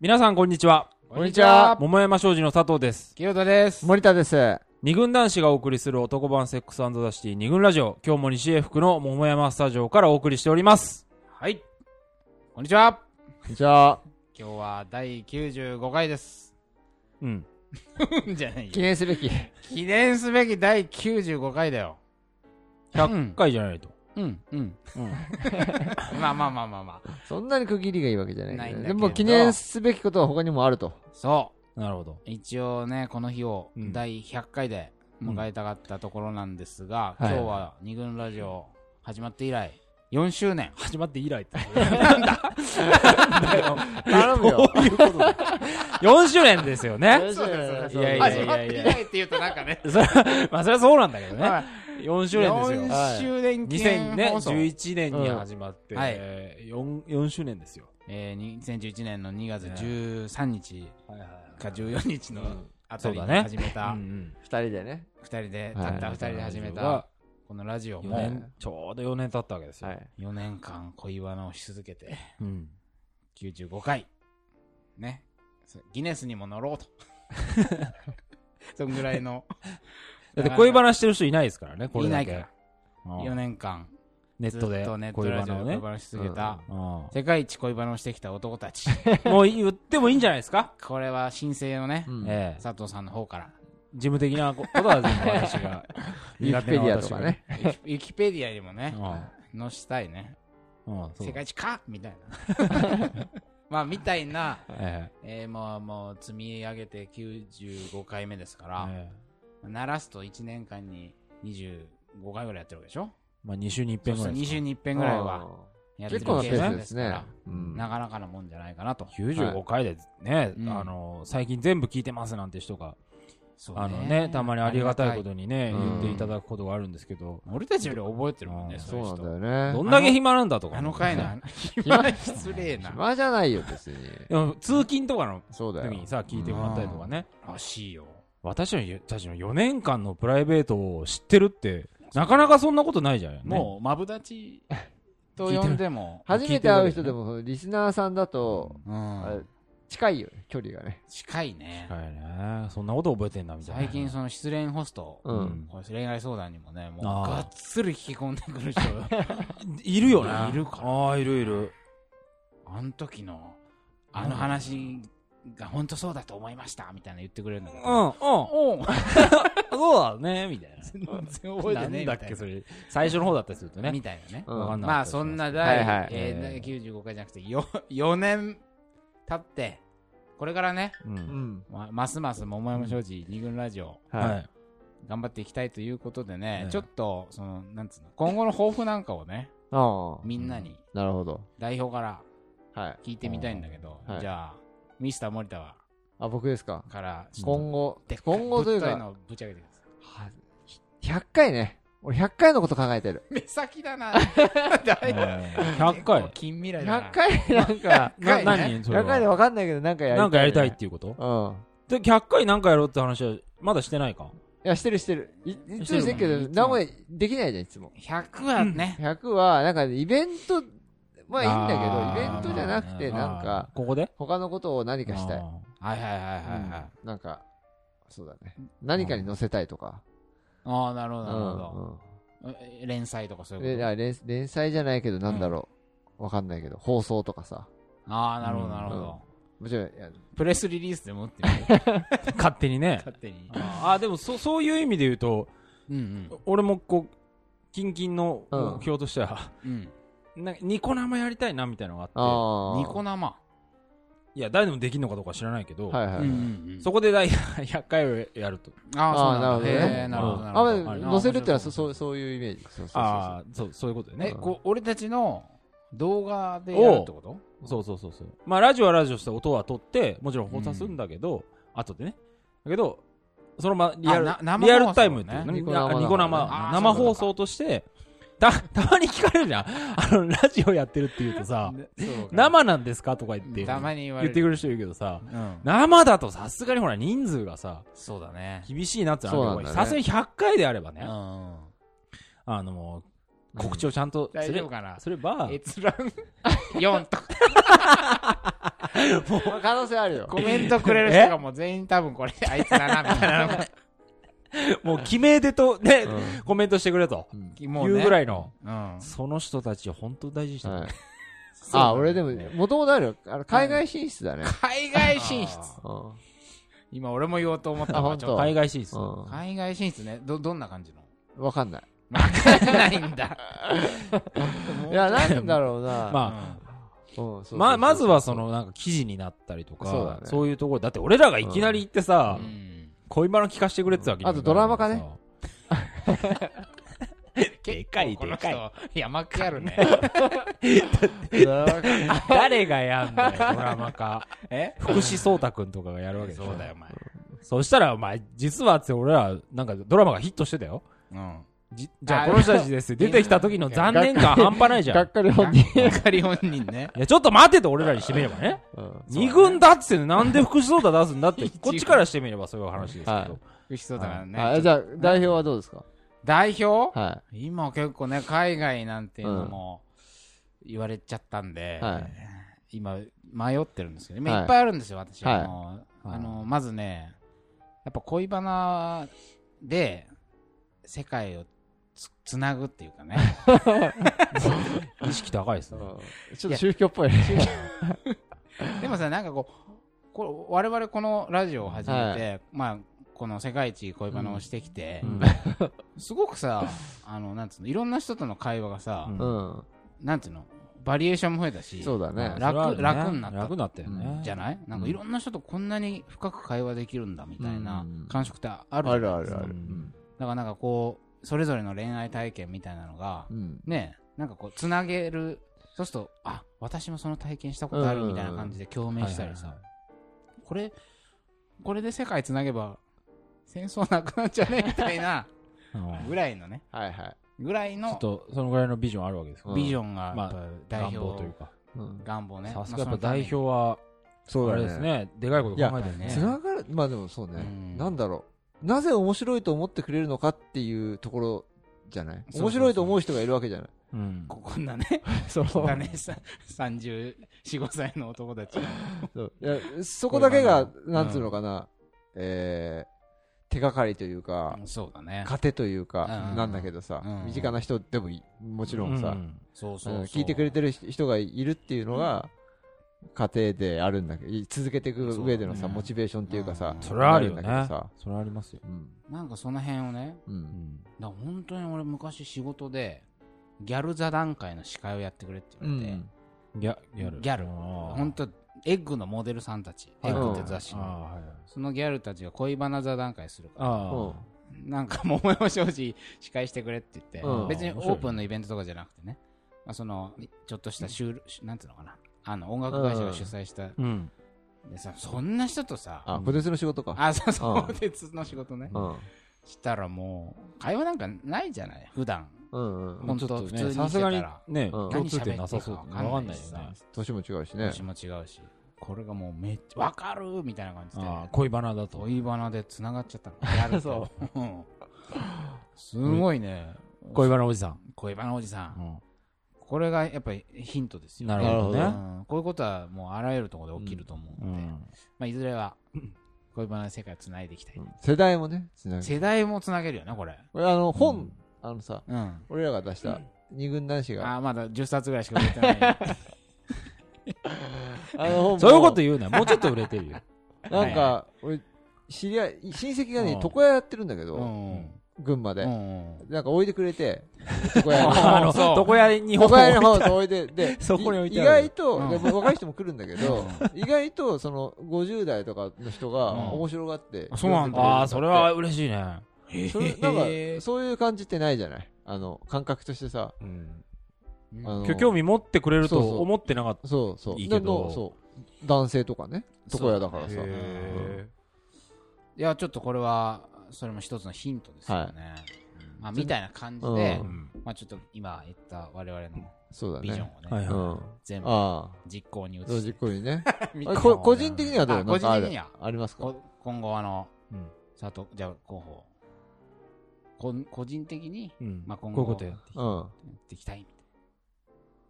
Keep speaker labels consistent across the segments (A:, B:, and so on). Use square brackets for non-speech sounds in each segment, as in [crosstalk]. A: 皆さんこんにちは
B: こんにちは。
A: 桃山商事の佐藤です
B: 清田です。
C: 森田です。
A: 二軍男子がお送りする男版セックスザシティ二軍ラジオ今日も西英福の桃山スタジオからお送りしております
B: はい。こんにちは。
C: じゃあ、
B: 今日は第95回です。 [laughs]
A: うん
B: じゃない
C: 記
B: よ。
C: 念すべき。
B: 記念すべき第95回だよ。
A: 100回じゃないと、
B: うん、うん。 [laughs] まあまあまあまあまあ。
C: そんなに区切りがいいわけじゃないけどね
B: ないんだけ
C: で
B: ど
C: も記念すべきことは他にもあると。
B: そ
A: なるほど
B: う。一応ね、この日を
A: うん
B: 第100回で迎えたかったところなんですが、
C: うん
B: 今日は二軍ラジオ始まって以来、4周年。
A: 始まって以来 [laughs] って [laughs]
C: 頼むよ。
A: 4周年ですよね
C: そうだ
A: いやいやい
B: 始
A: や
B: まって以来って言うとなん
A: [laughs]
B: かね。
A: それまあそれはそうなんだけどね
B: まあ
A: 4周年ですよ
B: 4周年記念放送。
A: 2011年に始まって、
B: うんはい
A: えー四4周年ですよ
B: えー、2011年の2月13日か14日の
A: うん
B: あ
A: そ
B: たり
A: う
B: に
A: だね
B: 始めた、
A: うん
C: 二人でね。
B: 2人で、
C: は
B: た
C: い
B: った2人で始めた
A: は、
B: このラジオ
A: うん、
B: も
A: 4
C: はい
A: 年ちょうど4年経ったわけですよ、
C: はい。
B: 4年間恋バナをし続けて、
A: うん
B: 95回、ね、そギネスにも乗ろ
A: [laughs]
B: うと。そんぐらいの、
A: だって恋バナしてる人いないですからねこ
B: い
A: れ
B: な
A: だ
B: い
A: け
B: から、
A: うん
B: 4年間、
A: ネ
B: ず
A: ッ
B: っ
A: トで
B: とネット
A: 恋
B: ラ
A: バ
B: ジオ
A: ナを
B: で恋
A: ね
B: バナし続けた、
A: うん
B: 世界一恋バナをしてきた男たち。
A: もう言ってもいいんじゃないですか、
B: これは申請のね、
C: うん
A: ええ
B: 佐藤さんの方から。
A: 事務的なことは全部私 [laughs] が
C: ウィキペディアとかね。
B: ウィキペディアにもね、
A: う
B: 載したいね。
A: んうんそう
B: 世界一かみたいな。
A: [laughs]
B: まあ、みたいな、
A: え
B: えー、もう、もう、積み上げて95回目ですか
A: え
B: ら、
A: ええ
B: 鳴らすと1年間に25回ぐらいやってるわけでしょ
A: まあ2週に一遍
B: そう
A: ぐ
B: す
A: ら
B: る
A: い
B: と2週
A: に
B: に1遍ぐらいはやってる
C: 結構なペースです
B: か
C: ね
B: ら。
C: うん
B: なかなかなもんじゃないかなと。
A: 95回でね、
B: うん
A: あの最近全部聞いてますなんて人が、
B: そう
A: あのねたまにありがたいことにね、
C: うん
A: 言っていただくことがあるんですけど、
B: 俺たちより覚えてるもん
A: う
B: ね、
A: ん
B: そ
C: そうう
B: いう
C: なん
B: 人。
C: だよ
A: ど
C: ね。
A: んだけ暇なんだとか、
B: あの回の、あ
A: ね
B: の今失礼な。
C: 暇じゃないよ、別に。
A: でも通勤とかの
C: そうだよ
A: 時。にさ聞いてもらったりとかね、
B: らしいよ。
A: 私たちの4年間のプライベートを知ってるってなかなかそんなことないじゃない、ね、
B: もう、マブダチと呼ん
A: [laughs]
B: でも、
C: 初めて会う人でも、リスナーさんだと、
B: う
C: あれ
B: ん、
C: 近いよね、距離がね。
B: 近いね。
A: はいねそんなこと覚えてんだみたいな
B: 最近、その失恋ホスト、
C: う。
A: うんん
B: これ恋愛相談にもね、もう、
A: あー
B: がっつり聞き込んでくる人、
A: いるよね
B: いるから
A: ああいるいる
B: あの時の、あの話が本当そうだと思いました、みたいな言ってくれるんだけ
A: う
B: ど、
A: んうん
B: おう
A: そうだねみたいな
B: 全然覚えてねえ
A: なんだっけそれ最初の方だったりすると
B: みたいな
A: ね
B: みたいなね。
C: うん
A: わかんない
B: まあ、そんな
C: はいは
B: 第
C: い
B: えー
A: え
B: 第
A: ー
B: 95回じゃなくて、よ4年経って、これからね、
A: う
C: うんん。
B: まますます桃山商事二軍ラジオ、
A: は
C: はい
A: い
B: 頑張っていきたいということでね、
A: ええ
B: ちょっと、その、なんつうの、今後の抱負なんかをね、
C: ああ。
B: みんなに
C: なるほど。
B: 代表から
C: はい。
B: 聞いてみたいんだけど、
C: はい
B: じゃあ、ミスター森田は
C: あ、僕ですか。
B: から、
C: 今後
B: でっ、か
C: 今後という
B: ぶっと
C: か、
B: のぶち上げてくださ
C: は100回ね。俺100回のこと考えてる。
B: い。目先だ
C: [laughs]
B: な。
A: え
B: だいぶ。 [laughs]
A: ー100回
B: 近未来だな
C: 100。回なんか、
A: [laughs] な
B: 100回ね
A: 何それ
C: 100回で
A: は
C: わかんないけど、なんかやりたいね。
A: なんかやりたいっていうこと
C: うん。
A: で100回なんかやろうって話はまだしてないか
C: いや、してるしてる。いいつもしてるけ
B: してるも
C: ど、
B: ん
C: 何もできないじゃん、いつも。
B: 100はね、
C: 100は、なんかイベント、まあいいんだけど、イ
B: あー
C: ベントじゃなくて、
A: まあ
C: なんか、
A: こ
C: [laughs]
A: こで
C: 他のことを何かしたい。
A: あ
B: はいはいはいはいはい。
C: うんなんか、そうだね。何かに載せたいとか。
B: ああ、なるほ
C: う
B: ど
C: ん
B: なるほど。え連載とかそううんい
C: で
B: う
C: い
B: こ
C: や連連載じゃないけど、なんだろう。わかんないけど、放送とかさ。
B: と。ああ、なるほどなるほ
C: うん
B: ど。
C: もちろん、いや
B: プレスリリースでもってみる
A: ー勝手にね
B: 勝手
C: [laughs]
B: に。
A: ああでもそそういう意味で言うと
B: うん
A: 俺もこう近々の目標としては、
B: うん。うん。
A: なんかニコ生やりたいなみたいなのがあっ
C: ああ。
B: ニコ生。
A: ていや誰でもできるのかどうか知らないけど、
C: はいはいはい。
A: そこで第100回 [laughs] をやると
B: ああ、そうなんだ。
C: あーなるほどね
B: へーなるほどなる
C: あ、
B: ほ
C: ま
B: ど。
C: あ載せるってのは、そそうそういうイメージ。そうそうそう
A: ああそうそういうことだよ
B: え、
A: ね
B: こう、俺たちの動画でやるってこと
A: そうそうそうそうまあラジオはラジオして音は取ってもちろん放送するんだけど、後でねだけどそのまリアル
B: あな生
A: リアル
B: 放送ね
A: タイムっていうのね
C: ニコ
A: あ
C: 生
A: ニコ生
B: あ
A: 生
B: ーそういうこ
A: 放
B: とか
A: 送としてたたまに聞かれるじゃんあのラジオやってるって言うとさ
B: ねそうか
A: 生なんですかとか言って
B: た
A: 言
B: まに言われ
A: っ
B: る。
A: てくる人いるけどさ
B: うん。
A: 生だとさすがにほら人数がさ
B: そうだね。
A: 厳しいなってなるけ
C: そうな
A: ど
C: んだね
A: さすがに100回であればね、
B: うん。
A: あのもう告知をちゃんと
B: 大
A: すれ
B: 丈夫かな
A: すれば、 [laughs]
B: 閲覧 [laughs] 4とか
C: まあ可能性あるよ
B: コメントくれる人がもう全員多分これあいつだなみたいなのが
A: もう決め手と、ね、
C: う
A: コメントしてくれと。
C: ん
A: い
B: も
A: うぐらいの、
B: うん
A: その人たち本当大事にしてる
C: はいあ、俺でも、もともとあるよ。あの海外進出だね。
B: 海外進出
A: あ
C: うん
B: 今俺も言おうと思った
C: あ
B: わ
C: 本
B: ち
C: 当
B: ょっと
A: 海外進出。
C: う
B: 海外進出ねどどんな感じの
C: ん。わかんない。
B: わかんない [laughs] んだ
C: いや、なんだろうな。
A: [laughs] まあ
C: うんそう
A: ま、まずはそ
C: そう
A: のなんか記事になったりとか、
C: そう
A: そう
C: だね
A: いうところ、だって俺らがいきなり行ってさ、
B: うん
A: 恋バナ聞かせてくれってわけにもいかない
C: あとドラマ化ね
A: さ。でかい
B: この
A: でかい。
B: 人山気あるね
C: そうそうそう
A: 誰がやんだよ、ドラマ
C: [laughs]
A: 化。
B: え
A: 福士蒼太くんとかがやるわけでしょ。
B: そうだよお前
A: そしたら、お前、実はって俺ら、なんかドラマがヒットしてたよ。
B: うん
A: じじゃあ、
B: あ
A: この人たちです
B: [laughs]
A: よ。出てきた時の残念感半端ないじゃ
C: が
A: ん
C: っ。かり本人。
B: わかり [laughs] 本人ね
A: いや、ちょっと待てと俺らにしてみれば
B: [laughs]
A: ね。
C: うん
A: 二軍だっつってんのなんで福士蒼太出すんだって、こっちからしてみればそういう話ですけど。
C: はい
B: 福士そうだから
C: あ
B: ね
C: じゃあ、代表はどうですか
B: 代表
C: は
B: 今結構ね海外なんていうのも言われちゃったんで、
C: は
B: 今迷ってるんですけど今
C: はい
B: いっぱいあるんですよ、私、
C: はい
B: あのあのまずねやっぱ恋バナで世界をつつなぐっていうかね
C: [laughs]
A: 意識高いです
C: い。う
A: ね。
C: んちょっと宗教っぽいね。
B: でもさなんかこうこう我々このラジオを始めて、まあこの世界一恋バナをしてきて、すごくさあのなんつうのいろんな人との会話がさ、
A: うん
C: うん。
B: なんていうのバリエーションも増えたし
C: そうだね。
A: そ
B: 楽
A: れはある
B: 楽になった
A: 楽になったよね。
B: じゃないなんかいろんな人とこんなに深く会話できるんだみたいな
C: うん
B: 感触ってあるじゃ
C: あ
B: ない
C: るある
A: う
C: ある。
A: ん
B: だからなんかこうそれぞれの恋愛体験みたいなのが
C: うん。
B: ねなんかこうつなげるそうするとあ私もその体験したことある
C: うん
B: みたいな感じで共鳴したり
A: は
B: さ
A: いはい
B: これこれで世界つなげば戦争なくなっちゃうねみたいな
A: はいうん
B: ぐらいのね
C: はいはい。
B: ぐらい
A: ちょっ
B: の
A: とそのぐらいのビジョンあるわけですか
C: うん
B: ビジョンが
A: まあ
B: やっぱ代
A: 願望
B: 表
A: というか
C: うん
B: 願望ね
A: さすがやっぱ
B: まあそのため
A: 代
B: に
A: 表は
C: そ
A: あれです。ねでかいこと考えてる
B: い
A: ね
B: や
C: つながる、まあでもそうね
B: う。ん
C: なんだろう。なぜ面白いと思ってくれるのかっていうところじゃない
B: そうそうそう
C: 面白いと思う人がいるわけ
B: [laughs]
C: じゃない
A: うん
B: ここんな
A: [laughs]
B: ね、
C: そう
B: こんなね、さ34、5歳の男たちが。
C: そういやそこだけが
B: こ、れはな
C: なんつうのかな、えー手がかりというか、
B: そうだね。
C: 糧というか、
B: うん
C: なんだけどさ、
B: うん
C: 身近な人でもいいもちろんさ、
A: うん
B: そう
C: う
B: そうんそう。
C: 聞いてくれてる人がいるっていうのが、家庭であるんだけど、い続けていく上での
B: そう
C: さ、
B: だね
C: モチベーションっていうかさ
B: う、ん
A: それはあるよね
C: なだけどさ、
A: それはありますよ
C: うん、
B: なんかその辺をね、
C: う、
A: うんん
B: だから本当に俺昔仕事で、ギャル座談会の司会をやってくれって
C: う
B: 言われて、
C: ん
A: ギャギャル
B: ギャル
A: あー
B: 本当エッグのモデルさんたち、エ
A: はい
B: ッグって雑誌
A: あ
B: の。
A: ーはいはい
B: そのギャルたちが恋バナ座談会するから、
A: あ
C: うん
B: なんか桃山正直司会してくれって言って、
C: うん
B: 別にオ
A: 面白いね
B: ープンのイベントとかじゃなくてね、まあ、その、ちょっとしたシュール、なんていうのかな、あの、音楽会社が主催した
A: ーうん
B: でさそんな人とさあ
C: あ、小鉄の仕事か。
B: そうそう
C: うん
B: 鉄の仕事ね
C: うん
B: したらもう会話なんかないじゃない普段
C: うんうん
B: 本当
A: ちょっとね
B: 普通に
A: さ
B: して
A: す
B: た
A: がに
B: ら
A: ね
C: うん
A: 共通点なさそう
B: 何喋っていい
A: わ
B: か分
A: か
B: か
A: ん
B: ん
A: な
B: ないい
A: よね
B: しさ
C: 年も違うしね。
B: 年も違うしこれがもうめっちゃ分かるみたいな感じで
A: あー恋バナだと
B: 恋バナでつながっちゃったのやるとうんすごいね
A: 恋バナおじさん
B: 恋バナおじさん
A: うん
B: これがやっぱりヒントですよ
A: なる
C: ほどね
B: うんこういうことはもうあらゆるところで起きると思う
A: うん
B: で
A: ん
B: まあいずれは恋バナの世界をつないでいきたい
C: うん世代もね、つなぐ。
B: 世代もつなげるよねこれ
C: これあの、本、あのさ、
B: うん
C: 俺らが出した二軍男子が、
B: あーまだ10冊ぐらいしか売れてない。
C: あの本も
A: そういうこと言うなもうちょっと売れてる
B: [laughs]
A: よ
C: なん
B: は
C: か、俺、知り合い、親戚が
A: う
C: ね
A: ん、
C: 床屋やってるんだけ
B: う
C: ど、
B: ん。
C: 群馬
B: う
C: で。
B: ん。
C: なんか置いてくれて、床屋に。
A: あの
B: そう
A: 床屋 [laughs] に本を
C: 床屋の方に置いて、で、
A: そこに置いて
C: 意
A: ある
C: 外と、
B: うん
C: でも若い人も来るんだけど、意外と、その、50代とかの人が
B: うん
C: 面白がって。
B: そうなんだ
A: ああそれは嬉しいね
C: それなんか、そういう感じってないじゃないあの、感覚としてさ。
A: うん
C: あ
B: うん
C: の
A: 今日興味持ってくれる
C: そうそ
A: と
C: う
A: 思ってなかっ
C: そうそう。
A: いいけど
C: でもそう。男性とかね。床屋だから
A: た
C: さ。
A: へ
B: いや、ちょっとこれは、それも一つのヒントですよね。まあ、みたいな感じで
A: ーう
C: う、
A: ん
B: まあ、ちょっと今言った我々の
C: そうだ
B: ビジョン
C: ね。
B: を
A: はい
B: ね
A: は、
C: う
A: い
C: ん。
B: 全部
C: ああ。
B: 実行に移
C: そう、
B: し。
C: じってくりね。
B: みたい
C: あ
B: な
C: こ個人的にはど
B: あ
C: うなんかあ
B: 個人的
C: る
B: には
C: ありますか
B: こ今後、あの
A: うん、
B: 佐藤、じゃあ、候補。こん個人的に
A: うん
B: まあ今後
A: こういうことやっていきたい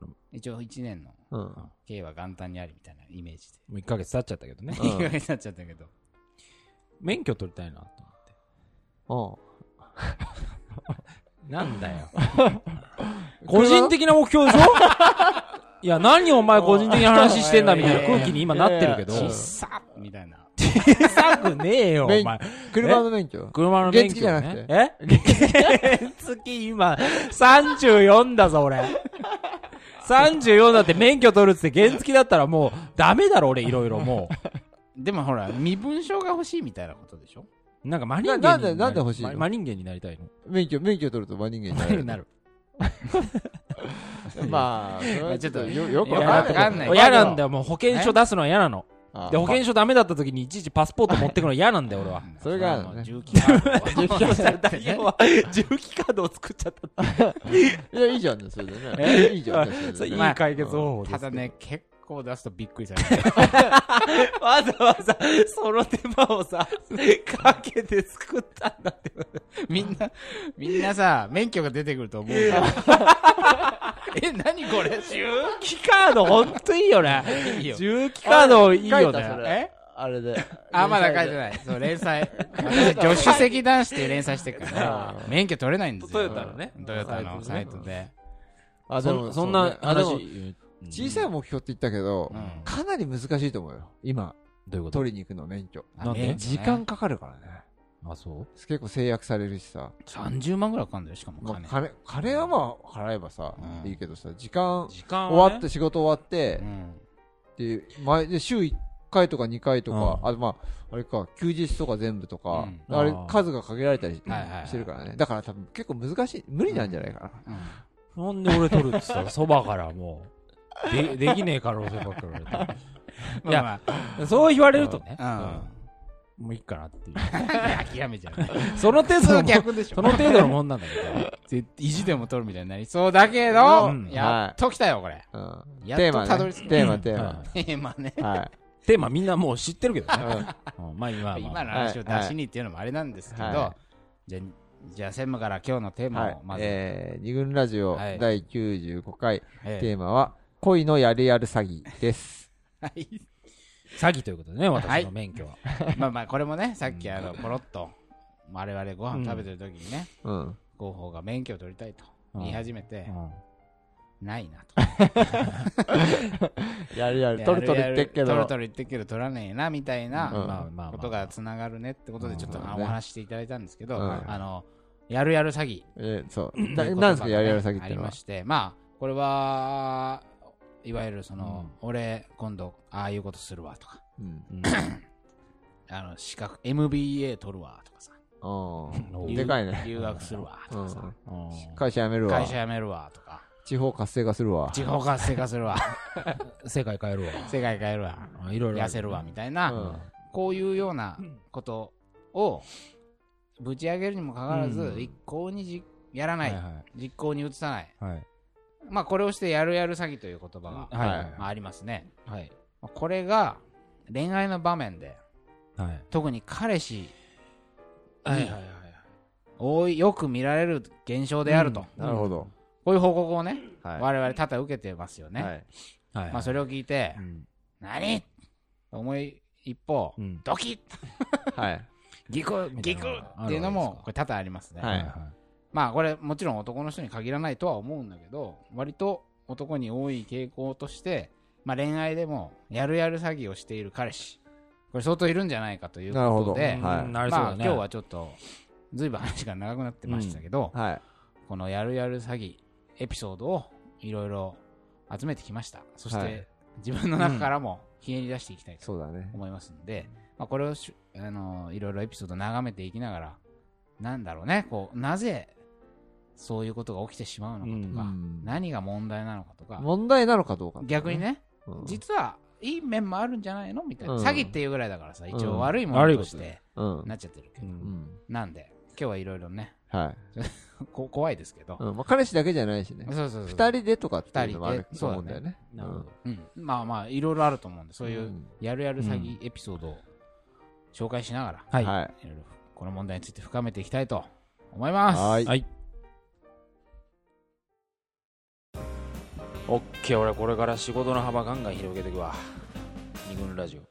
C: うん。
B: やっていきたいみたいな。一応1年の
C: うん。
B: 経営は元旦にありみたいなイメージで。
A: もう1ヶ月経っちゃったけどね。
C: う
B: [laughs]
C: ん
B: いい加減になっちゃったけど。
A: 免許取りたいなと思って。
C: うん。
A: なんだよ。 [laughs] 個人的な目標 [laughs] でしょいや、何お前個人的な話してんだみたいな空気に今なってるけど。
C: いやい
B: 小
C: やいや
B: さっみたいな。
A: 小さくねえよ、
C: 免
A: お前。
C: 車の免許
A: 車の免許、ね。
C: 原付じゃなくて
A: え [laughs] 原付今、34だぞ、俺。34だって免許取るっつって原付だったらもうダメだろ、俺、いろいろも
B: でもほら、身分証が欲しいみたいなことでしょ
A: う。なんかマ人間にな
C: ななんでなんで欲しいの
A: ママ人間になり [laughs] たいの。
C: 免許、免許取ると真人間になれる。
B: なる。
C: まあ、それはちょっとよよくわ
B: いや
C: か
B: わ
C: んない。
B: かんない
A: 嫌なんだよ、もう保険証出すのは嫌なの。
C: あ
A: で、保険証ダメだった時にいちいちパスポート持ってくの嫌なんだよ、俺は。
C: それがあるのね
B: 重機カ
C: [laughs]
B: ー
A: [laughs]
B: ド
A: 代表は重機カードを作っちゃった
C: いや、いいじゃんね、それでね。いいじゃんね、そ
A: そ
C: れ
A: れ
C: で
A: い
C: ね。
A: い解決方法です
B: た
A: よ
B: だね、結構出すとびっくり
A: [laughs]
B: される。
A: わざわざその手間をさかけて作ったんだって
B: みんな、みんなさ、免許が出てくると思うけど [laughs] え、何
A: [laughs]
B: これ
A: 重機カードほんといいよね
B: いいよ
A: 重機カードいい
C: 書
A: よ
C: いたそ
A: ね
C: れ
B: え
C: あれで。
B: あ、まだ書いてない。そう、
A: [laughs]
B: 連載。私、助手席男子っていう連載してるからね。免許取れないんですよ。
A: トヨタのね
B: トヨタの
A: サ
B: サ
A: イ
B: イ
A: トで
B: トで。
C: あ、でも、
A: そそんな
C: あ、で
A: 話
C: も、小さい
A: ん
C: 目標って言ったけど
B: う、ん
C: かなり難しいと思うよ。今、
A: どういうこと
C: 取りに行くの、免許。
A: なんで
B: ね
C: 時間かかるからね。
A: あそう
C: 結構制約されるしさ。
B: 30万ぐらいかかるんだよ、しかも
C: まあ
B: 金。
C: 金、金はまあ、払えばさ
B: う、ん
C: いいけどさ、時間
A: 時間はね
C: 終わって、仕事終わって
B: う、ん。
C: っていう、前で週1回とか2回とか、
A: うん
C: あとまあ、あれか、休日とか全部とか、
A: うん
C: あれ
A: あー
C: 数が限られたりし
B: はいはいはい
C: してるからね。だから多分結構難しい、無理なんじゃないかな。
A: なんで俺取るって言った [laughs] らそばからもうでできねえ可能性ばっかり言われ
B: いや、ま
A: て [laughs] そう言われるとね [laughs]
B: あ、
A: もういいかなっていう
B: うん。諦めちゃうね。
A: その程度
B: それ
A: の
B: は
A: もん
B: 逆で
A: [laughs]
B: し
A: そ
B: ょ。
A: の程度のもんなんだけど
B: 絶意地でも取るみたいになりそうだけ
A: う
B: ど
A: ん、
B: やっと来たよ、これ。
C: うん。
B: やっと
C: テーマ
B: たど
C: ね
B: り着。く
C: テー
A: [laughs]
C: マ、テー
A: はい
C: マ。
B: え、 [laughs] まあね。
C: はい。
A: テーマみんなもう知ってるけどね。
C: うん
A: うんまあ今はまあ
B: 今の話を出しにっていうのもあれなんですけど
C: は、
B: じゃあ、じゃあ専務から今日のテー
C: は
B: マ
C: い
B: をま。ず。
C: えー、二軍ラジオ
B: はい
C: 第95回、
B: え
C: テーマは、恋のやるやる詐欺です。
B: えはい
A: 詐欺ということでね、私の免許は。
B: [laughs] まあまあ、これも
C: [laughs]
B: ね、さっきあの、ポロっと、我々ご飯食べてる時にね、
C: うん。
B: 広報が免許を取りたいと言い始めて、ないなと。
C: やるやる、取る取る言ってっけど。
B: 取る取る言ってっけど、取らねえな、みたい
A: まあ
B: な
C: うん
A: まあまあ。
B: ことがつながるねってことで、ちょっと
C: うん
B: あお話ししていただいたんですけど、
C: うん
B: あの、やるやる詐欺。
C: えーそう。ななんですか、やるやる詐欺っ
B: あ
C: て
B: り
C: のは
B: ま。して、まあ、これは、いわゆるその、俺、今度、ああいうことするわとか、
C: うん。
A: うん
B: あの、資格、MBA 取るわとかさ、
C: あ
A: うん
C: ーでかいね。
B: 留学するわと
C: う
B: か
C: ん
B: さ、
C: 会社辞めるわ
B: 会。社辞めるわとか、
C: 地方活性化するわ。
B: 地方活性化するわ、
A: 世界変えるわ。
B: 世界変えるわ、
A: いろいろ。
B: 痩せるわみたいな、
C: うん
B: こういうようなことをぶち上げるにもかかわらず、
A: うん
B: 一向にじやらない、
A: はいは
B: 実行に移さない、
A: い。はい。
B: まあ、これをしてやるやる詐欺という言葉が、
A: はい
B: まあ、ありますね。
A: はい。
B: まあこれが恋愛の場面で、
A: はい。
B: 特に彼氏
A: はい。
B: に多いよく見られる現象であると、
A: うん
C: なるほど。
B: こういう報告をね、
C: はい
B: 我々多々受けてますよね。
C: はい
A: はい。
B: まあ、それを聞いて、
A: うん
B: 何と思い一方、
A: うん
B: ドキッ
C: はい。
B: ギクッギクッっていうのもこれ多々ありますね、
C: はい
B: まあこれもちろん男の人に限らないとは思うんだけど割と男に多い傾向として、まあ、恋愛でもやるやる詐欺をしている彼氏これ相当いるんじゃないかという
C: なるほ
B: こと
C: ど
B: で、
C: はい
A: うんなりそう
B: まあ
A: だね。
B: 今日はちょっとずいぶん話が長くなってましたけど、
C: はい。
B: このやるやる詐欺エピソードをいろいろ集めてきましたそして、
C: はい
B: 自分の中からもひねり出していきたいと
C: そうだね。
B: 思いますんで、まあ、これをしあのいろいろエピソード眺めていきながらなんだろうねこうなぜそういうことが起きてしまうのかとか、
C: うん
B: 何が問題なのかとか
C: 問題なのかどうか。
B: 逆にね、
C: うん。
B: 実はいい面もあるんじゃないのみたいな、
C: うん
B: 詐欺っていうぐらいだからさ一
C: う
B: 応
C: ん
B: 悪いものとし
A: 悪い
B: て
C: うん。
B: なっちゃってるけ
A: う
B: ど、
C: うんん
B: なんで今日はいろいろね
C: はい。
B: こ怖いですけど、
C: うんまあ彼氏だけじゃないしね。
B: そうそうそう
C: 二人でとかっていうのもあ
B: 二
C: る
B: 人で
C: と思うんだよね。
A: なるほど
B: うん、まあまあいろいろあると思うんでそういううんやるやる詐欺エピソードを紹介しながら、
A: はい。
C: はい。
B: いろいろこの問題について深めていきたいと思います。
C: はーい
A: はい。オッケー、俺これから仕事の幅ガンガン広げていくわ。二軍ラジオ。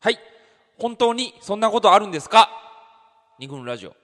A: はい。本当にそんなことあるんですか二軍ラジオ。